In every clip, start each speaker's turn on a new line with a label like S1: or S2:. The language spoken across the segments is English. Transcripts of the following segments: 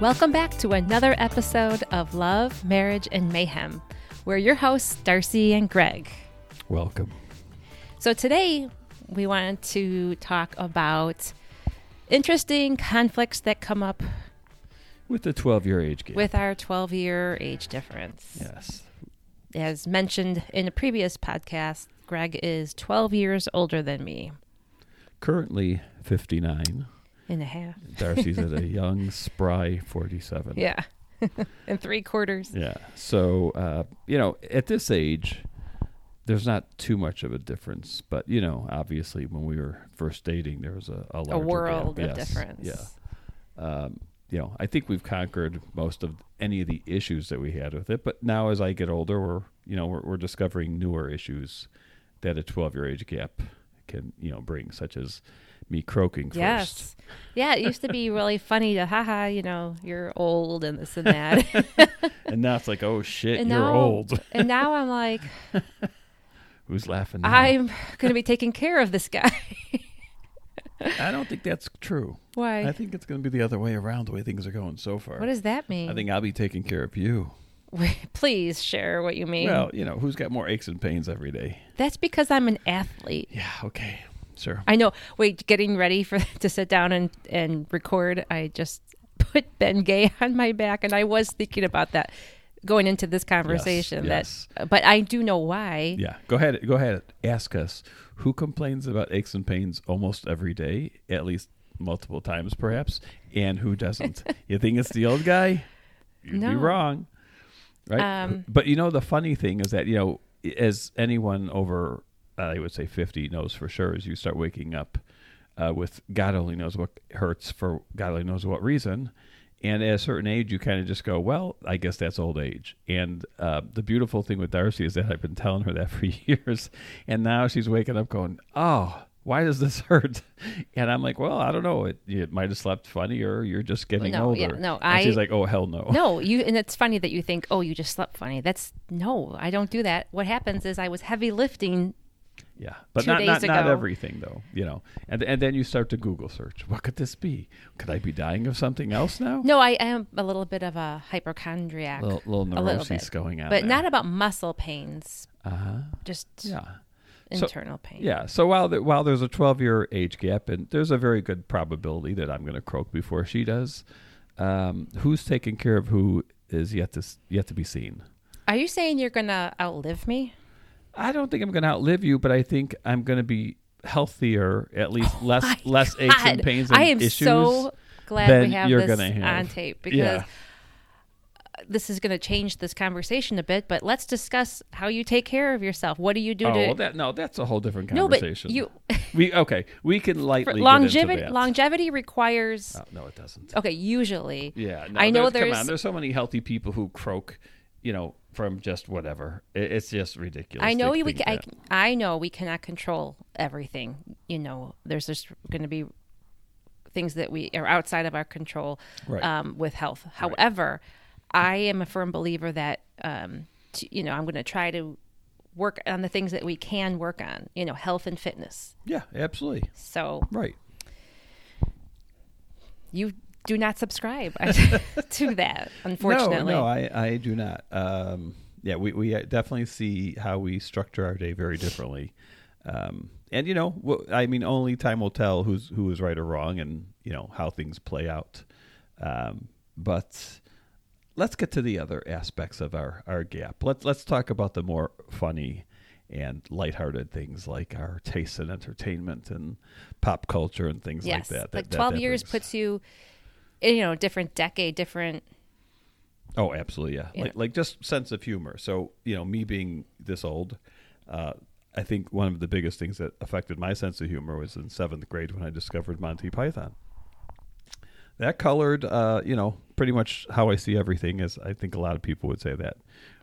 S1: Welcome back to another episode of Love, Marriage, and Mayhem. We're your hosts, Darcy and Greg.
S2: Welcome.
S1: So today we wanted to talk about interesting conflicts that come up
S2: With the 12 year age gap.
S1: with our 12 year age difference.
S2: Yes.
S1: As mentioned in a previous podcast, Greg is 12 years older than me
S2: Currently 59.
S1: and a half.
S2: Darcy's at a young, spry 47.
S1: Yeah. and three quarters.
S2: Yeah. So, uh, you know, at this age, there's not too much of a difference. But, you know, obviously when we were first dating, there was a, a larger
S1: A
S2: gap.
S1: world of
S2: Yes.
S1: difference.
S2: Yeah. um, you know, I think we've conquered most of any of the issues that we had with it. But now, as I get older, we're you know we're, we're discovering newer issues that a twelve year age gap can you know bring, such as me croaking first.
S1: Yes. Yeah, it used to be really funny to haha, you know, you're old and this and that.
S2: And now it's like, oh shit,
S1: and
S2: you're
S1: now,
S2: old.
S1: and now I'm like,
S2: Who's laughing? Now?
S1: I'm going to be taking care of this guy.
S2: I don't think that's true.
S1: Why?
S2: I think it's going to be the other way around. The way things are going so far.
S1: what does that mean?
S2: I think I'll be taking care of you.
S1: Please share what you mean.
S2: Well, you know, who's got more aches and pains every day?
S1: That's because I'm an athlete.
S2: Yeah. Okay. Sure.
S1: I know. Wait, getting ready for to sit down and and record. I just put Ben Gay on my back, and I was thinking about that going into this conversation.
S2: yes.
S1: That, but I do know why.
S2: Yeah, go ahead. Go ahead. Ask us who complains about aches and pains almost every day, at least multiple times, perhaps, and who doesn't. you think it's the old guy? You'd be
S1: No.
S2: wrong, right?
S1: Um,
S2: but you know the funny thing is that you know, as anyone over, uh, I would say fifty knows for sure, is you start waking up uh, with God only knows what hurts for God only knows what reason. And at a certain age, you kind of just go, well, I guess that's old age. And uh, the beautiful thing with Darcy is that I've been telling her that for years. And now she's waking up going, oh, why does this hurt? And I'm like, well, I don't know. It, it might have slept funny or you're just getting
S1: No,
S2: older.
S1: yeah, no,
S2: and she's
S1: I-
S2: like, oh, hell no.
S1: No, you and it's funny that you think, oh, you just slept funny. That's no, I don't do that. What happens is I was heavy lifting.
S2: Yeah, but
S1: two
S2: not
S1: days
S2: not, not
S1: ago.
S2: everything though, you know. And and then you start to Google search. What could this be? Could I be dying of something else now?
S1: No, I am a little bit of a hypochondriac,
S2: Little, little
S1: a little
S2: neuroses
S1: bit,
S2: going on.
S1: but not about muscle pains,
S2: uh huh.
S1: just
S2: Yeah. So-
S1: internal pain.
S2: Yeah. So while there, while there's a 12 year age gap, and there's a very good probability that I'm going to croak before she does, um, who's taking care of who is yet to s- yet to be seen.
S1: Are you saying you're gonna outlive me?
S2: I don't think I'm going to outlive you, but I think I'm going to be healthier, at least
S1: Oh my
S2: less less aches and
S1: God.
S2: pains and
S1: I am
S2: issues.
S1: so glad
S2: than
S1: we have
S2: you're
S1: this
S2: gonna have.
S1: on tape because
S2: Yeah.
S1: this is going to change this conversation a bit. But let's discuss how you take care of yourself. What do you do
S2: Oh,
S1: to
S2: well, that no, that's a whole different
S1: No, but
S2: conversation.
S1: you-
S2: we okay, we can lightly
S1: for
S2: get into
S1: longevity?
S2: that.
S1: Longevity requires
S2: Oh, no, it doesn't.
S1: okay. Usually,
S2: Yeah, no,
S1: I know
S2: there's,
S1: there's-
S2: come on, there's so many healthy people who croak, you know, from just whatever. It, it's just ridiculous.
S1: I know
S2: to
S1: we. we
S2: think
S1: ca- I,
S2: that.
S1: I know we cannot control everything. You know, there's just going to be things that we are outside of our control
S2: Right.
S1: um, with health. However, I am a firm believer that um, t you know I'm going to try to work on the things that we can work on. You know, health and fitness.
S2: Yeah, absolutely.
S1: So
S2: Right.
S1: you do not subscribe to that, unfortunately.
S2: No, no, I, I do not. Um, yeah, we, we definitely see how we structure our day very differently. Um, and you know, wh- I mean, only time will tell who's who is right or wrong, and you know how things play out. Um, but let's get to the other aspects of our our gap. Let's let's talk about the more funny and lighthearted things like our tastes in entertainment and pop culture and things
S1: yes,
S2: like that. that-
S1: like
S2: that-
S1: twelve
S2: that
S1: years
S2: brings.
S1: puts you, in, you know, different decade, different
S2: Oh, absolutely, yeah.
S1: You
S2: Like,
S1: know.
S2: like just sense of humor. So you know, me being this old, uh, I think one of the biggest things that affected my sense of humor was in seventh grade when I discovered Monty Python. That colored, uh, you know, pretty much how I see everything. As I think a lot of people would say that.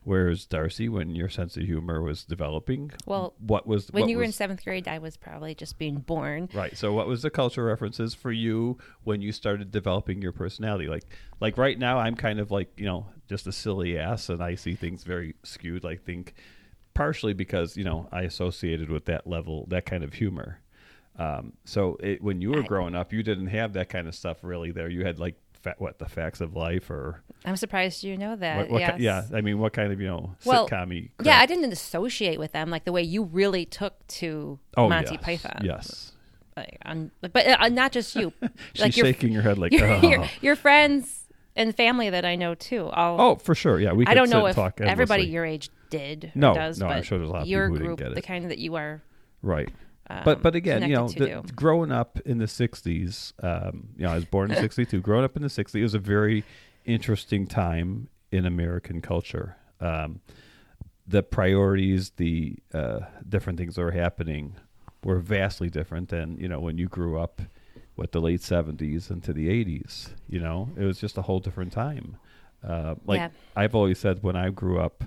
S2: Whereas Darcy, when your sense of humor was developing,
S1: Well,
S2: what was
S1: When
S2: what
S1: you were in
S2: was-
S1: seventh grade, I was probably just being born.
S2: Right. So, what was the culture references for you when you started developing your personality? Like, like right now, I'm kind of like you know just a silly ass, and I see things very skewed. I think partially because you know I associated with that level, that kind of humor. Um, so, it, when you were growing up, you didn't have that kind of stuff really. There, you had like fa- what the facts of life or
S1: I'm surprised you know that.
S2: what, what ki-
S1: Uh, yes.
S2: yeah I mean what kind of you know
S1: Well,
S2: sitcom
S1: Yeah, I didn't associate with them like the way you really took to
S2: oh
S1: Monty
S2: yes,
S1: Python.
S2: yes
S1: Like, on, but uh, not just you.
S2: she's
S1: like your,
S2: shaking her head like
S1: your,
S2: oh.
S1: your, your friends and family that I know too. All
S2: oh for sure yeah we
S1: I
S2: could
S1: don't
S2: sit
S1: know
S2: and
S1: if
S2: talk
S1: everybody
S2: endlessly.
S1: your age did. or
S2: No,
S1: does,
S2: no, I'm
S1: but
S2: sure there's a lot of
S1: your
S2: people who didn't
S1: group,
S2: get it.
S1: the kind that you are.
S2: Right. but but again, you know,
S1: Um, connected
S2: the,
S1: to do.
S2: growing up in the '60s, um, you know, I was born in '62. growing up in the '60s, it was a very interesting time in American culture. Um, the priorities, the uh, different things that were happening, were vastly different than you know when you grew up with the late '70s into the '80s. You know, it was just a whole different time. Uh, like
S1: Yeah.
S2: I've always said, when I grew up,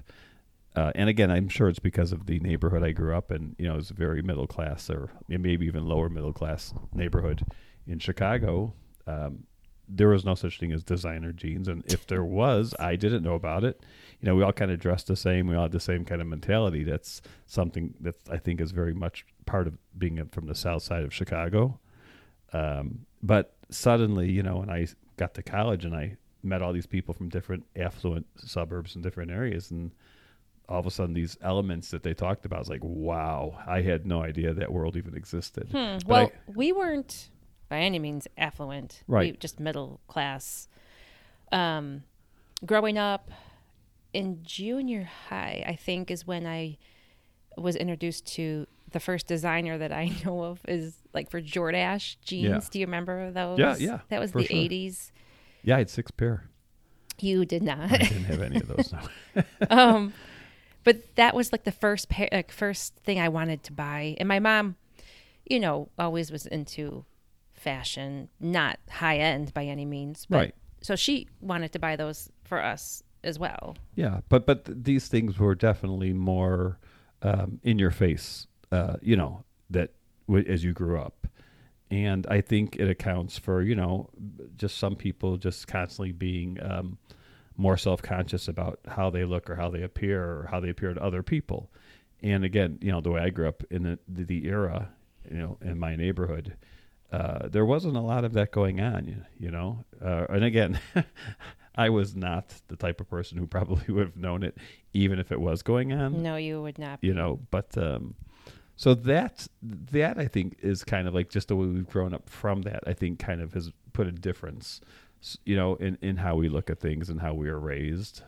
S2: uh, and again, I'm sure it's because of the neighborhood I grew up in. You know, it's a very middle class or maybe even lower middle class neighborhood in Chicago. Um, there was no such thing as designer jeans, and if there was, I didn't know about it. You know, we all kind of dressed the same. We all had the same kind of mentality. That's something that I think is very much part of being from the South Side of Chicago. Um, but suddenly, you know, when I got to college and I met all these people from different affluent suburbs and different areas, and all of a sudden these elements that they talked about, I was like, wow, I had no idea that world even existed. But I-
S1: Hmm, Well, we weren't by any means affluent. We
S2: Right.
S1: just middle class. Um, growing up in junior high, I think is when I was introduced to the first designer that I know of is like for Jordache jeans.
S2: Yeah.
S1: Do you remember those?
S2: Yeah, yeah,
S1: That was
S2: for
S1: the
S2: sure.
S1: 80s.
S2: yeah, I had six pair.
S1: You did not.
S2: I didn't have any of those. No.
S1: um, but that was like the first pair, like first thing I wanted to buy. And my mom, you know, always was into fashion, not high end by any means, but
S2: Right.
S1: so she wanted to buy those for us as well.
S2: Yeah, but but th- these things were definitely more um, in your face, uh, you know, that w- as you grew up, and I think it accounts for you know b- just some people just constantly being um, more self conscious about how they look or how they appear or how they appear to other people, and again, you know, the way I grew up in the the, the era, you know, in my neighborhood. Uh, there wasn't a lot of that going on, you, you know. Uh, and again, I was not the type of person who probably would have known it, even if it was going on,
S1: No, you would not.
S2: you know. But um, so that that I think is kind of like just the way we've grown up from that. I think kind of has put a difference, s- you know, in in how we look at things and how we are raised,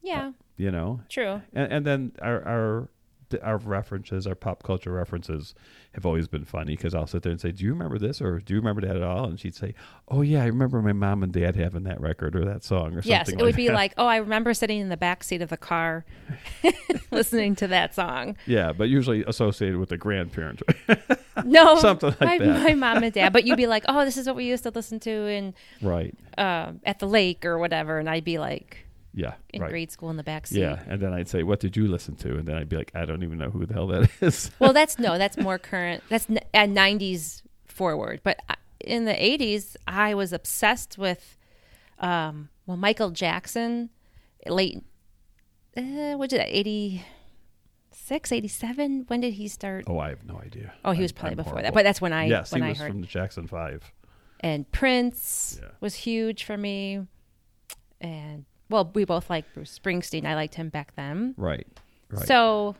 S1: Yeah,
S2: you know.
S1: true.
S2: And, and then our our th- our references, our pop culture references, have always been funny because I'll sit there and say, "Do you remember this?" or "Do you remember that at all?" And she'd say, "Oh yeah, I remember my mom and dad having that record or that song or something."
S1: Yes, it
S2: like
S1: would be
S2: that.
S1: like, oh, I remember sitting in the back seat of the car listening to that song.
S2: Yeah, but usually associated with the grandparent.
S1: No,
S2: Something like
S1: my,
S2: that.
S1: my mom and dad. But you'd be like, oh, this is what we used to listen to in
S2: right.
S1: um, at the lake or whatever, and I'd be like,
S2: Yeah.
S1: in
S2: right.
S1: grade school in the back seat.
S2: Yeah, and then I'd say, "What did you listen to?" And then I'd be like, "I don't even know who the hell that is."
S1: Well, that's no, that's more current. That's n- at '90s forward, but I- in the '80s, I was obsessed with, um, well, Michael Jackson, late, uh, what did that '86, '87? When did he start? Oh,
S2: oh, I have no idea.
S1: he
S2: I'm-
S1: was probably
S2: I'm
S1: before that,
S2: horrible.
S1: but that's when I
S2: yes,
S1: when
S2: he
S1: I
S2: was
S1: heard.
S2: from the Jackson Five.
S1: and Prince
S2: Yeah.
S1: was huge for me, and well, we both liked Bruce Springsteen. I liked him back then,
S2: Right. Right.
S1: so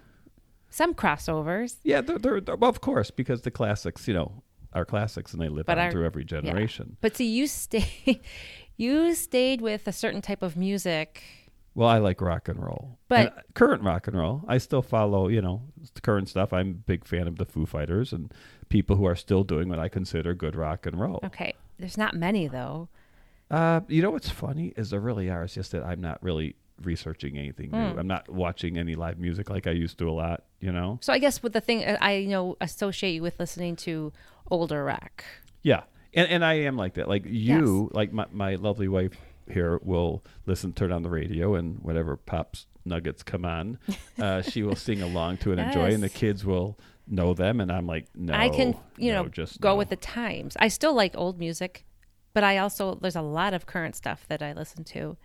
S1: some crossovers.
S2: yeah, they're, they're, they're- well, of course, because the classics, you know, are classics, and they live
S1: But
S2: on
S1: our-
S2: through every
S1: Yeah.
S2: generation.
S1: But see, you stay, you stayed with a certain type of music.
S2: Well, I like rock and roll,
S1: But-
S2: And uh, current rock and roll. I still follow, you know, the current stuff. I'm a big fan of the Foo Fighters and people who are still doing what I consider good rock and roll.
S1: Okay, there's not many though.
S2: Uh, you know what's funny is there really are. It's just that I'm not really researching anything
S1: Hmm.
S2: new. I'm not watching any live music like I used to a lot. You know.
S1: So I guess with the thing uh, I you know associate you with listening to older rock.
S2: Yeah, and and I am like that. Like you, like my my lovely wife here will listen, turn on the radio, and whatever pops nuggets come on, uh, she will sing along to and enjoy, and the
S1: Yes.
S2: kids will know them. And I'm like, no,
S1: I can you
S2: no,
S1: know
S2: just
S1: go
S2: no.
S1: with the times. I still like old music, but I also there's a lot of current stuff that I listen to.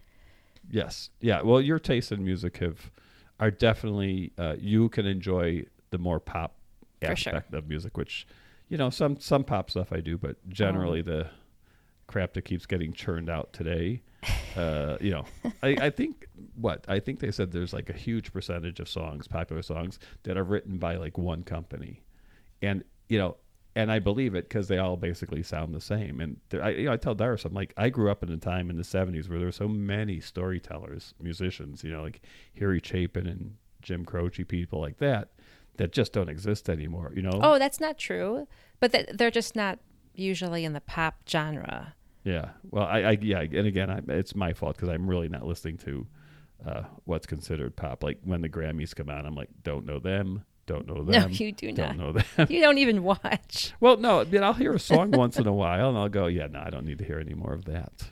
S2: Yes. Yeah. Well, your tastes in music have are definitely uh, you can enjoy the more pop
S1: For sure. Oh.
S2: aspect of music, which you know some some pop stuff I do, but generally the crap that keeps getting churned out today. Uh, you know, I, I think what I think they said there's like a huge percentage of songs, popular songs, that are written by like one company, and you know, and I believe it because they all basically sound the same. And there- I, you know, I tell Darius, I'm like, I grew up in a time in the '70s where there were so many storytellers, musicians, you know, like Harry Chapin and Jim Croce, people like that, that just don't exist anymore. You know?
S1: Oh, that's not true. But th- they're just not usually in the pop genre.
S2: Yeah. Well, I, I yeah, and again, I, it's my fault because I'm really not listening to uh, what's considered pop. Like when the Grammys come out, I'm like, don't know them, don't know them.
S1: you do not.
S2: don't know them.
S1: You don't even watch.
S2: well, no, but I'll hear a song once in a while, and I'll go, yeah, no, I don't need to hear any more of that.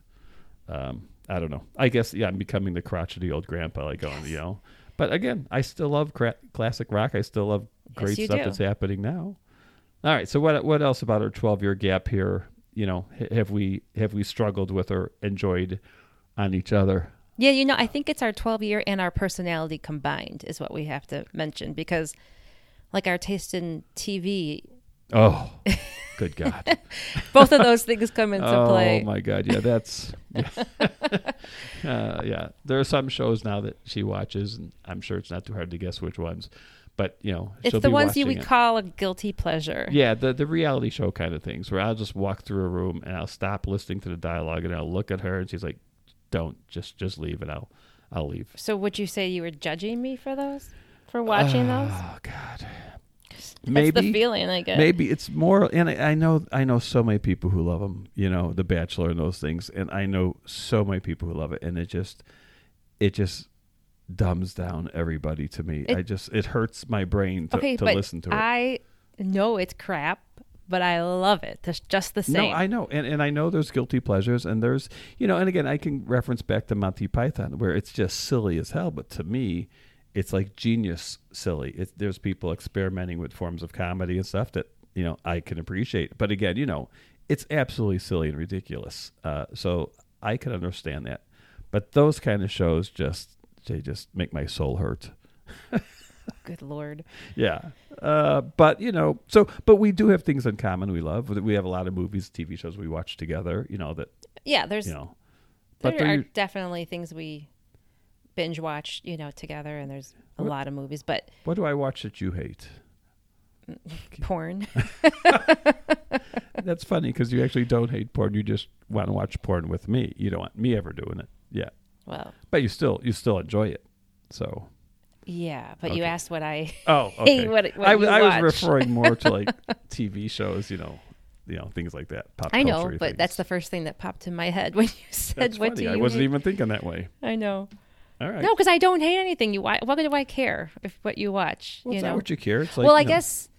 S2: Um, I don't know. I guess yeah, I'm becoming the crotchety old grandpa, like going, you know. But again, I still love cra- classic rock. I still love great
S1: you
S2: stuff
S1: do.
S2: that's happening now. All right. So what what else about our 12 year gap here? You know, h- have we have we struggled with or enjoyed on each other?
S1: Yeah, you know, I think it's our 12 year and our personality combined is what we have to mention because, like, our taste in TV,
S2: Oh, good God!
S1: both of those things come into
S2: oh
S1: play.
S2: my God! Yeah, that's yeah. uh, yeah. There are some shows now that she watches, and I'm sure it's not too hard to guess which ones. But you know,
S1: It's
S2: she'll
S1: the
S2: be
S1: ones you
S2: watching
S1: would
S2: it.
S1: call a guilty pleasure.
S2: Yeah, the the reality show kind of things where I'll just walk through a room and I'll stop listening to the dialogue and I'll look at her and she's like, "Don't just just leave," and I'll I'll leave.
S1: So would you say you were judging me for those? For watching those?
S2: Oh God,
S1: That's the
S2: maybe
S1: feeling I get.
S2: maybe it's more. And I, I know I know so many people who love them. You know, The Bachelor and those things, and I know so many people who love it, and it just it just dumbs down everybody to me.
S1: It-
S2: I just it hurts my brain to,
S1: okay,
S2: to
S1: but
S2: listen to it.
S1: I know it's crap, but I love it. That's just the same.
S2: No, I know, and and I know there's guilty pleasures, and there's you know, and again, I can reference back to Monty Python, where it's just silly as hell, but to me, it's like genius silly. It's there's people experimenting with forms of comedy and stuff that you know I can appreciate, but again, you know, it's absolutely silly and ridiculous. Uh, so I can understand that, but those kind of shows just they just make my soul hurt.
S1: Good lord.
S2: Yeah. Uh, but you know, so but we do have things in common we love. We have a lot of movies, TV shows we watch together, you know, that
S1: Yeah, there's
S2: you know.
S1: there
S2: But they're
S1: are
S2: u-
S1: definitely things we binge watch, you know, together and there's a lot of movies, but
S2: what do I watch that you hate?
S1: porn.
S2: That's funny because you actually don't hate porn. You just want to watch porn with me. You don't want me ever doing it. Yeah.
S1: well,
S2: But you still you still enjoy it. So
S1: yeah, but you
S2: Okay.
S1: asked what I
S2: Oh, okay.
S1: what- what
S2: I,
S1: you
S2: was- I was
S1: watch.
S2: referring more to like TV shows, you know, you know, things like that. Pop
S1: I know,
S2: culture
S1: but
S2: things.
S1: that's the first thing that popped in my head when you said
S2: That's
S1: what
S2: funny.
S1: do you
S2: I wasn't
S1: hate?"
S2: even thinking that way.
S1: I know.
S2: All right.
S1: No, because I don't hate anything you watch. Why do I care if what you watch?
S2: well,
S1: you
S2: it's not
S1: know.
S2: what you care. It's like
S1: well, I
S2: you know,
S1: guess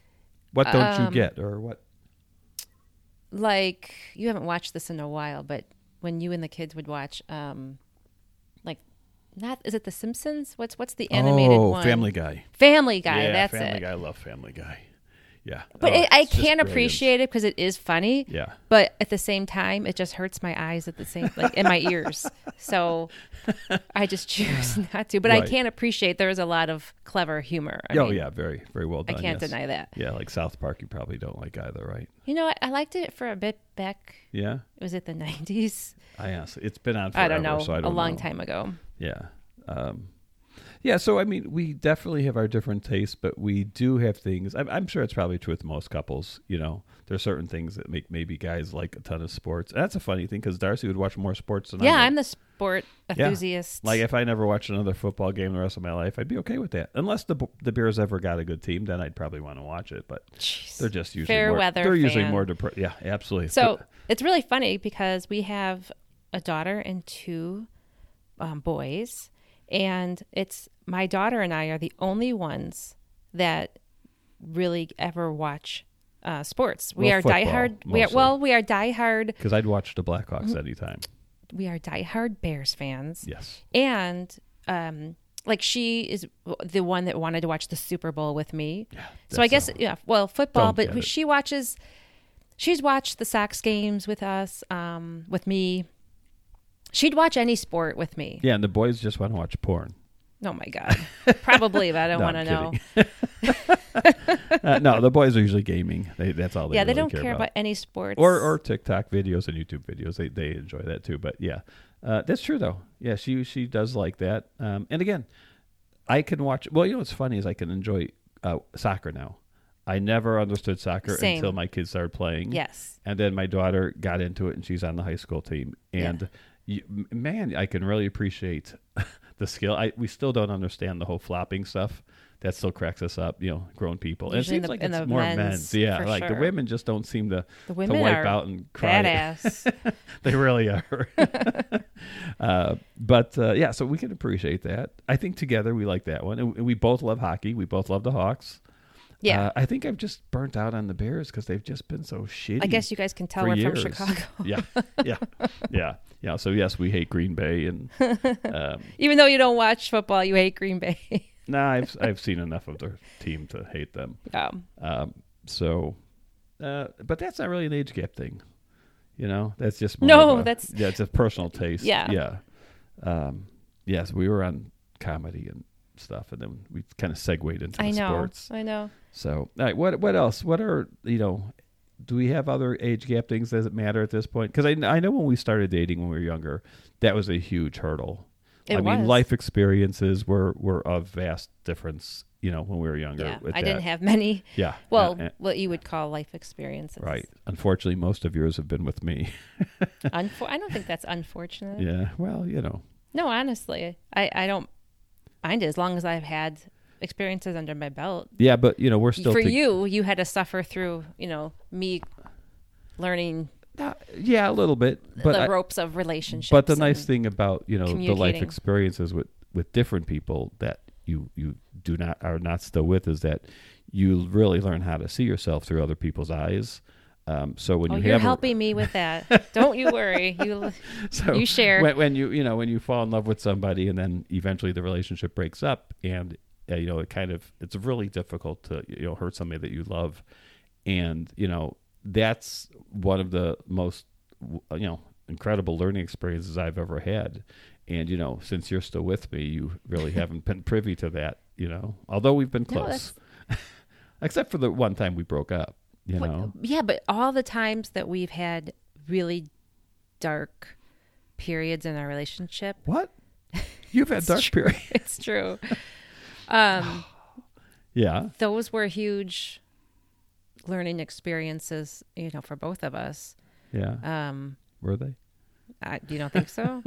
S2: what don't you
S1: um,
S2: get or what
S1: like you haven't watched this in a while, but when you and the kids would watch, um, like, not is it The Simpsons? What's what's the animated
S2: oh,
S1: one?
S2: Family Guy.
S1: Family Guy.
S2: yeah,
S1: that's
S2: Family
S1: it.
S2: Guy. I love Family Guy. Yeah,
S1: But
S2: Oh,
S1: it, I
S2: it's just
S1: can
S2: brilliant.
S1: appreciate it because it is funny.
S2: Yeah.
S1: But at the same time, it just hurts my eyes at the same, like in my ears. So I just choose not to. But I
S2: Right.
S1: can appreciate there is a lot of clever humor. I
S2: oh
S1: mean,
S2: yeah, very very well
S1: I
S2: done.
S1: can't
S2: yes.
S1: deny that.
S2: Yeah, like South Park, you probably don't like either, right?
S1: You know, I, I liked it for a bit back.
S2: Yeah,
S1: Was it the nineties?
S2: I honestly, it's been on forever,
S1: I don't know.
S2: so I
S1: a
S2: don't
S1: long
S2: know.
S1: time ago.
S2: Yeah, um, yeah. So I mean, we definitely have our different tastes, but we do have things. I'm, I'm sure it's probably true with most couples. You know, there's certain things that make maybe guys like a ton of sports. And that's a funny thing because Darcy would watch more sports than
S1: Yeah,
S2: I would.
S1: I'm the sport
S2: Yeah.
S1: enthusiast.
S2: Like if I never watched another football game the rest of my life, I'd be okay with that. Unless the the Bears ever got a good team, then I'd probably want to watch it. But
S1: Jeez.
S2: they're just usually
S1: Fair
S2: more,
S1: weather
S2: They're usually
S1: fan.
S2: more depressed. Yeah, absolutely.
S1: So it's really funny because we have a daughter and two um, boys, and it's my daughter and I are the only ones that really ever watch uh, sports. We
S2: Well,
S1: are
S2: football,
S1: diehard. We are
S2: mostly.
S1: well, we are diehard.
S2: because I'd watch the
S1: Mm-hmm.
S2: Blackhawks anytime.
S1: We are diehard Bears fans.
S2: Yes.
S1: and um like she is the one that wanted to watch the Super Bowl with me. so I
S2: that's
S1: guess yeah, well, football,
S2: Don't
S1: but
S2: get it.
S1: she watches she's watched the Sox games with us um with me. She'd watch any sport with me.
S2: Yeah, and the boys just want to watch porn.
S1: Oh my god. Probably, but I don't
S2: No,
S1: want to
S2: I'm
S1: know.
S2: Uh, no, the boys are usually gaming. They, that's all they
S1: yeah, they
S2: really
S1: don't care about. any sports.
S2: or or TikTok videos and YouTube videos. They they enjoy that too. But yeah, uh, that's true though. Yeah, she she does like that. Um, and again, I can watch. Well, you know what's funny is I can enjoy uh, soccer now. I never understood soccer
S1: Same.
S2: until my kids started playing.
S1: yes.
S2: And then my daughter got into it, and she's on the high school team. And you, m- man, I can really appreciate the skill. I we still don't understand the whole flopping stuff. That still cracks us up, you know, grown people. And it
S1: Usually in
S2: seems
S1: the-
S2: like
S1: in
S2: it's
S1: the
S2: more
S1: men's,
S2: men's. Yeah,
S1: for
S2: like the
S1: sure.
S2: women just don't seem to
S1: The
S2: to
S1: women
S2: wipe
S1: are
S2: out and cry. Uh,
S1: badass.
S2: They really are. uh, but uh, yeah, so we can appreciate that. I think together we like that one, and we both love hockey. We both love the Hawks.
S1: Yeah.
S2: Uh, I think I've just burnt out on the Bears because they've just been so shitty.
S1: I guess you guys can tell
S2: for
S1: we're
S2: years.
S1: from Chicago.
S2: yeah, yeah, yeah, yeah. So yes, we hate Green Bay, and um,
S1: Even though you don't watch football, you hate Green Bay.
S2: nah, I've I've seen enough of their team to hate them.
S1: um,
S2: Um, so, uh, but that's not really an age gap thing, you know. That's just more
S1: No,
S2: of a-
S1: that's-
S2: yeah, it's a personal taste.
S1: Yeah.
S2: yeah. Um, yes, we were on comedy and stuff, and then we kind of segued into the
S1: I know.
S2: sports.
S1: I know.
S2: So, all right, what what else? What are you know? Do we have other age gap things? Does it matter at this point? Because I, I know when we started dating when we were younger, that was a huge hurdle.
S1: It
S2: I mean,
S1: was.
S2: life experiences were were of vast difference. You know, when we were younger.
S1: Yeah.
S2: with
S1: I
S2: that.
S1: didn't have many.
S2: Yeah.
S1: Well,
S2: Uh, uh,
S1: what you would call life experiences.
S2: right. Unfortunately, most of yours have been with me.
S1: Unfor- I don't think that's unfortunate.
S2: yeah. Well, you know.
S1: No, honestly, I, I don't mind it as long as I've had experiences under my belt.
S2: Yeah, but you know, we're still
S1: For
S2: to-
S1: you, you had to suffer through, you know, me learning
S2: Uh, yeah, a little bit, but
S1: the
S2: I-
S1: ropes of relationships.
S2: But the
S1: and-
S2: nice thing about you know the life
S1: communicating.
S2: experiences with with different people that you you do not are not still with is that you really learn how to see yourself through other people's eyes. Um, so when
S1: Oh,
S2: you
S1: you're
S2: have a-
S1: helping me with that. Don't you worry. You
S2: so
S1: you share.
S2: when, when you you know when you fall in love with somebody and then eventually the relationship breaks up and uh, you know it kind of it's really difficult to you know hurt somebody that you love and you know that's one of the most w- uh, you know incredible learning experiences I've ever had and you know since you're still with me you really haven't been privy to that you know although we've been
S1: No,
S2: close except for the one time we broke up you
S1: But-
S2: know
S1: yeah, but all the times that we've had really dark periods in our relationship,
S2: what you've had dark period
S1: it's true. Um,
S2: yeah
S1: those were huge learning experiences, you know, for both of us.
S2: yeah
S1: Um,
S2: were they
S1: I, you don't think so?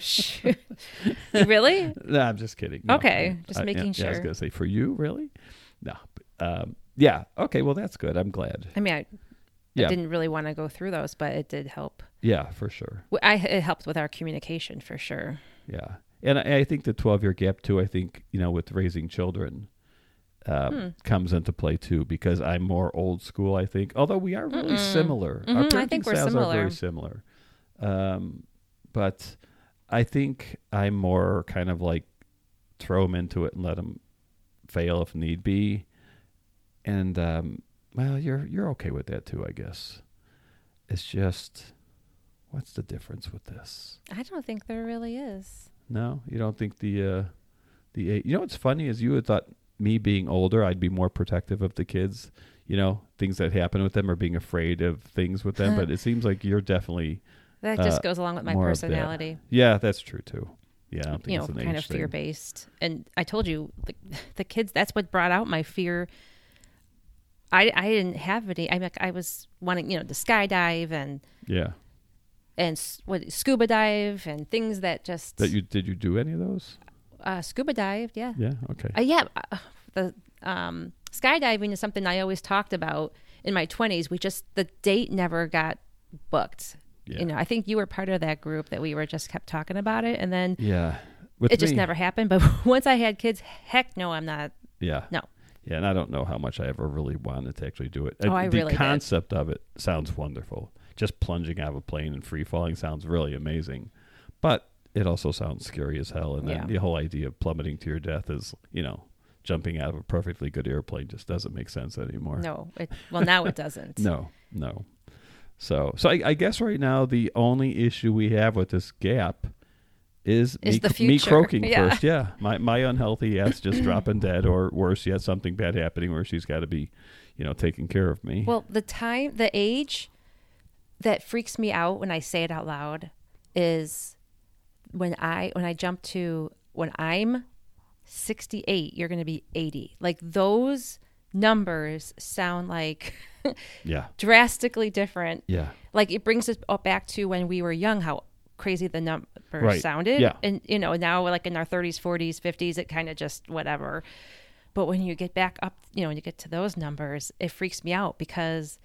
S1: Shoot. really?
S2: No, I'm just kidding. No,
S1: Okay,
S2: I-
S1: just
S2: I-
S1: making
S2: yeah, I was
S1: sure.
S2: gonna say for you, really? No. but, Um, yeah. Okay. Well, that's good. I'm glad.
S1: I mean, I, I
S2: Yeah.
S1: didn't really want to go through those, but it did help.
S2: Yeah, for sure.
S1: W- I it helped with our communication for sure.
S2: Yeah. And I, I think the 12 year gap too. I think you know with raising children um,
S1: Hmm.
S2: comes into play too because I'm more old school. I think although we are really similar. Our
S1: Mhm, I
S2: parenting
S1: think we're
S2: styles are very similar. Um, but I think I'm more kind of like throw them into it and let them fail if need be. And um, well, you're you're okay with that too, I guess. It's just, what's the difference with this?
S1: I don't think there really is.
S2: No, you don't think the uh, the eight. You know what's funny is you would thought me being older, I'd be more protective of the kids. You know things that happen with them or being afraid of things with them. but it seems like you're definitely
S1: That
S2: Uh,
S1: just goes along with my
S2: more of that.
S1: personality.
S2: yeah, that's true too. Yeah, I don't think
S1: you know,
S2: it's an
S1: kind of
S2: age thing.
S1: fear based. And I told you, the, the kids, that's what brought out my fear. I, I didn't have any. I mean, I was wanting, you know, to skydive and
S2: Yeah,
S1: and s- what scuba dive and things that just
S2: that you did you do any of those?
S1: uh, scuba dived. Yeah,
S2: Yeah, okay.
S1: Uh, yeah. uh, the um, skydiving is something I always talked about in my twenties. We just the date never got booked.
S2: Yeah.
S1: You know, I think you were part of that group that we were just kept talking about it, and then
S2: yeah, with
S1: it just
S2: me-
S1: never happened. But once I had kids, heck no, I'm not.
S2: Yeah,
S1: No,
S2: yeah, and I don't know how much I ever really wanted to actually do it. Uh,
S1: Oh, I
S2: the
S1: really did.
S2: concept of it sounds wonderful. Just plunging out of a plane and free falling sounds really amazing, but it also sounds scary as hell. And
S1: Yeah.
S2: then the whole idea of plummeting to your death is, you know, jumping out of a perfectly good airplane just doesn't make sense anymore.
S1: no. It, well, now it doesn't.
S2: No, no. So, so I, I guess right now the only issue we have with this gap is,
S1: Is
S2: me,
S1: the
S2: me
S1: future.
S2: croaking
S1: Yeah.
S2: first. Yeah, my my unhealthy ass just dropping dead, or worse yet, something bad happening where she's got to be, you know, taking care of me.
S1: Well, the time, the age that freaks me out when I say it out loud is when I when I jump to when I'm 68, you're going to be 80. Like those numbers sound like
S2: yeah,
S1: drastically different.
S2: yeah,
S1: Like it brings us up back to when we were young how crazy the numbers
S2: Right.
S1: sounded.
S2: Yeah.
S1: And you know, now we're like in our 30s, 40s, 50s, it kind of just whatever. But when you get back up, you know, when you get to those numbers, it freaks me out because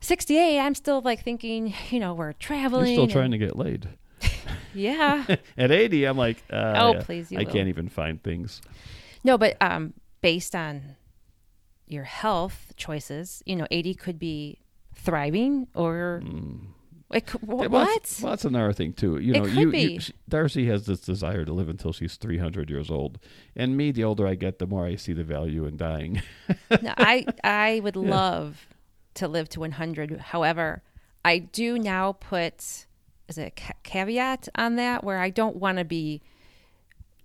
S1: 68, I'm still like thinking, you know, we're
S2: you're
S1: traveling.
S2: still trying to get laid.
S1: yeah.
S2: At eighty, I'm like, uh,
S1: Oh, please, you
S2: I
S1: will.
S2: can't even find things.
S1: No, but um, based on your health choices, you know, 80 could be thriving or it could, wh-
S2: Yeah, Mm. well,
S1: what?
S2: that's- Well, that's another thing too. You
S1: It
S2: know,
S1: could
S2: you,
S1: be.
S2: you sh Darcy has this desire to live until she's 300 years old, and me, the older I get, the more I see the value in dying.
S1: No, I I would love to live to 100. However, I do now put is it a ca- caveat on that where I don't want to be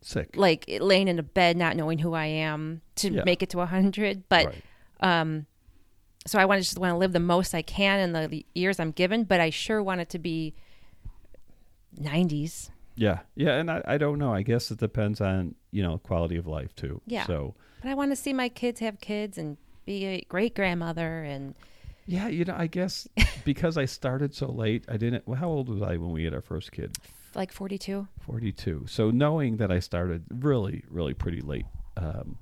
S2: Sick.
S1: like laying in a bed not knowing who I am to
S2: Yeah.
S1: make it to 100, but
S2: Right.
S1: so I want to just want to live the most I can in the years I'm given, but I sure want it to be 90s.
S2: Yeah, yeah, and I, I don't know. I guess it depends on you know quality of life too.
S1: Yeah.
S2: So
S1: But I want to see my kids have kids and be a great grandmother and
S2: yeah, you know, I guess because I started so late, I didn't. Well, how old was I when we had our first kid?
S1: like 42.
S2: 42. So knowing that I started really, really pretty late, um,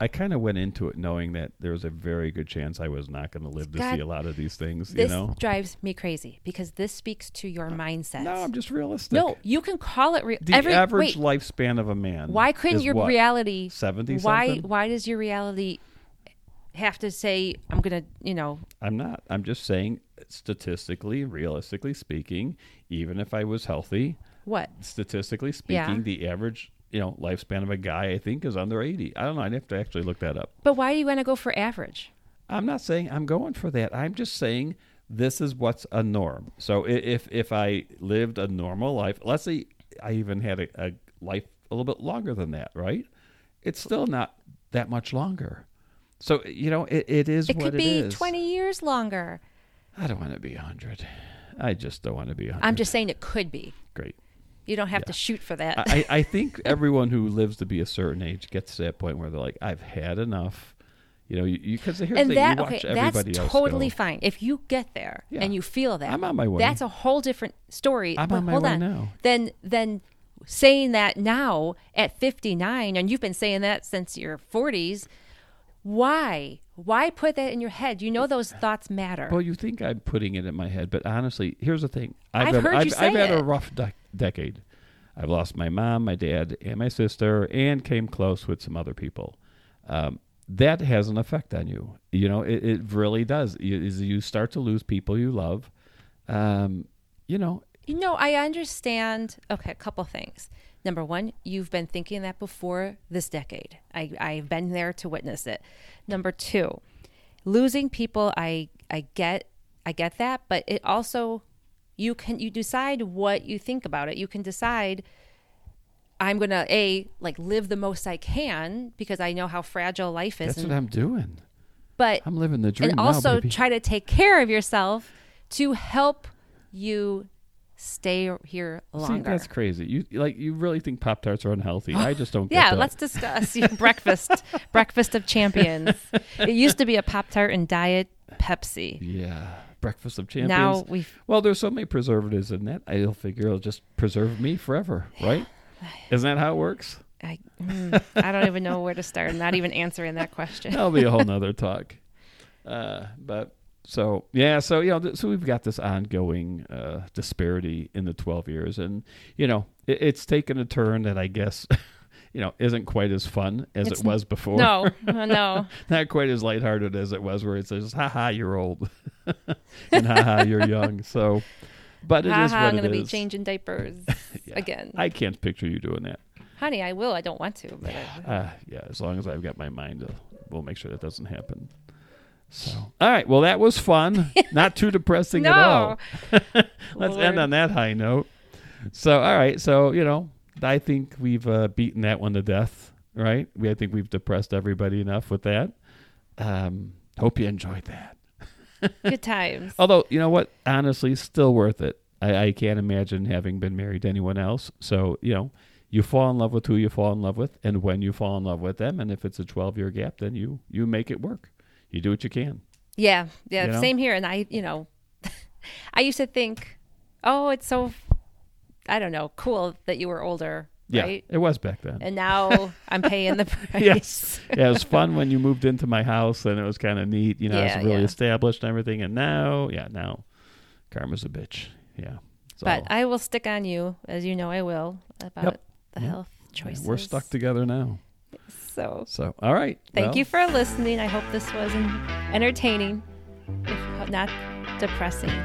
S2: I kind of went into it knowing that there was a very good chance I was not going to live to
S1: God,
S2: see a lot of these things.
S1: This
S2: you know,
S1: drives me crazy because this speaks to your mindset.
S2: no, I'm just realistic.
S1: No, you can call it real.
S2: the average lifespan of a man.
S1: why couldn't
S2: is
S1: your
S2: what?
S1: reality
S2: 70
S1: Why
S2: something?
S1: why does your reality have to say I'm gonna you know
S2: I'm not. I'm just saying, statistically, realistically speaking, even if I was healthy,
S1: what?
S2: statistically speaking,
S1: Yeah.
S2: the average you know lifespan of a guy I think is under 80. I don't know. I'd have to actually look that up.
S1: But why do you want to go for average?
S2: I'm not saying I'm going for that. I'm just saying this is what's a norm. So i- if if I lived a normal life, let's say I even had a, a life a little bit longer than that, right? It's still not that much longer. So you know, it, it is
S1: It
S2: what
S1: could
S2: it
S1: be
S2: is.
S1: 20 years longer.
S2: I don't want to be 100. I just don't want to be 100.
S1: I'm just saying it could be.
S2: great.
S1: You don't have to shoot for that.
S2: I, I I think everyone who lives to be a certain age gets to that point where they're like, I've had enough. You know, because you, here's
S1: and
S2: the thing,
S1: that
S2: you watch
S1: okay, that's
S2: everybody else
S1: totally
S2: go,
S1: fine. If you get there
S2: Yeah.
S1: and you feel that,
S2: I'm on my way.
S1: That's a whole different story.
S2: I'm
S1: but
S2: on my
S1: hold
S2: way
S1: on.
S2: now.
S1: Then then saying that now at 59 and you've been saying that since your 40s, why? Why put that in your head? You know those thoughts matter.
S2: Well, you think I'm putting it in my head, but honestly, here's the thing. I've,
S1: I've
S2: had,
S1: heard you
S2: I've,
S1: say
S2: I've had a
S1: it.
S2: rough dec decade. I've lost my mom, my dad, and my sister, and came close with some other people. Um, that has an effect on you. You know, it, it really does. You, is you start to lose people you love. Um, you know,
S1: You know, I understand. Okay, a couple things. Number one, you've been thinking that before this decade. I, I've been there to witness it. Number two, losing people, I I get I get that, but it also you can you decide what you think about it. You can decide I'm gonna a like live the most I can because I know how fragile life is.
S2: that's
S1: and-
S2: what I'm doing.
S1: but
S2: I'm living the dream
S1: and
S2: now,
S1: also
S2: baby.
S1: try to take care of yourself to help you stay here
S2: See,
S1: longer.
S2: that's crazy. You like you really think Pop Tarts are unhealthy? I just don't.
S1: yeah,
S2: get that.
S1: let's discuss your breakfast, breakfast of champions. It used to be a Pop Tart and Diet Pepsi.
S2: Yeah, breakfast of champions.
S1: Now we've-
S2: well, there's so many preservatives in that. I'll figure it'll just preserve me forever, right? Isn't that how it works?
S1: I, mm, I don't even know where to start. I'm not even answering that question.
S2: That'll be a whole nother talk. Uh, but so yeah, so you know, th- so we've got this ongoing uh, disparity in the 12 years, and you know, it, it's taken a turn that I guess. You know, isn't quite as fun as
S1: It's
S2: it was before.
S1: No, uh, no.
S2: not quite as lighthearted as it was, where it says, "Ha ha, you're old," and "Ha ha, you're young." So, but it is
S1: Haha, I'm
S2: what it
S1: gonna be
S2: is.
S1: changing diapers again.
S2: I can't picture you doing that.
S1: Honey, I will. I don't want to, but I,
S2: Uh, yeah, as long as I've got my mind, uh, we'll make sure that doesn't happen. So, all right. Well, that was fun. Not too depressing at all.
S1: no.
S2: Let's
S1: Lord.
S2: end on that high note. So all right, so you know, I think we've uh, beaten that one to death, right? We I think we've depressed everybody enough with that. Um, hope you enjoyed that.
S1: Good times.
S2: Although you know what, honestly, still worth it. I, I can't imagine having been married to anyone else. So you know, you fall in love with who you fall in love with, and when you fall in love with them, and if it's a twelve-year gap, then you you make it work. You do what you can.
S1: Yeah, yeah,
S2: You know?
S1: same here. And I, you know, I used to think, oh, it's so, I don't know, cool that you were older,
S2: Yeah,
S1: right?
S2: it was back then.
S1: And now I'm paying the price.
S2: Yes. yeah, it was fun when you moved into my house and it was kind of neat. You know,
S1: Yeah,
S2: it's really
S1: yeah.
S2: established and everything. And now, yeah, now karma's a bitch. Yeah. So,
S1: But I will stick on you, as you know I will, about
S2: Yep.
S1: the
S2: Yep.
S1: health
S2: yeah,
S1: choices.
S2: we're stuck together now.
S1: So
S2: So, all right.
S1: thank
S2: Well,
S1: you for listening. I hope this was en- entertaining, if not depressing.
S2: All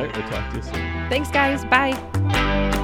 S2: right. We'll talk to you soon.
S1: Thanks, guys. Bye.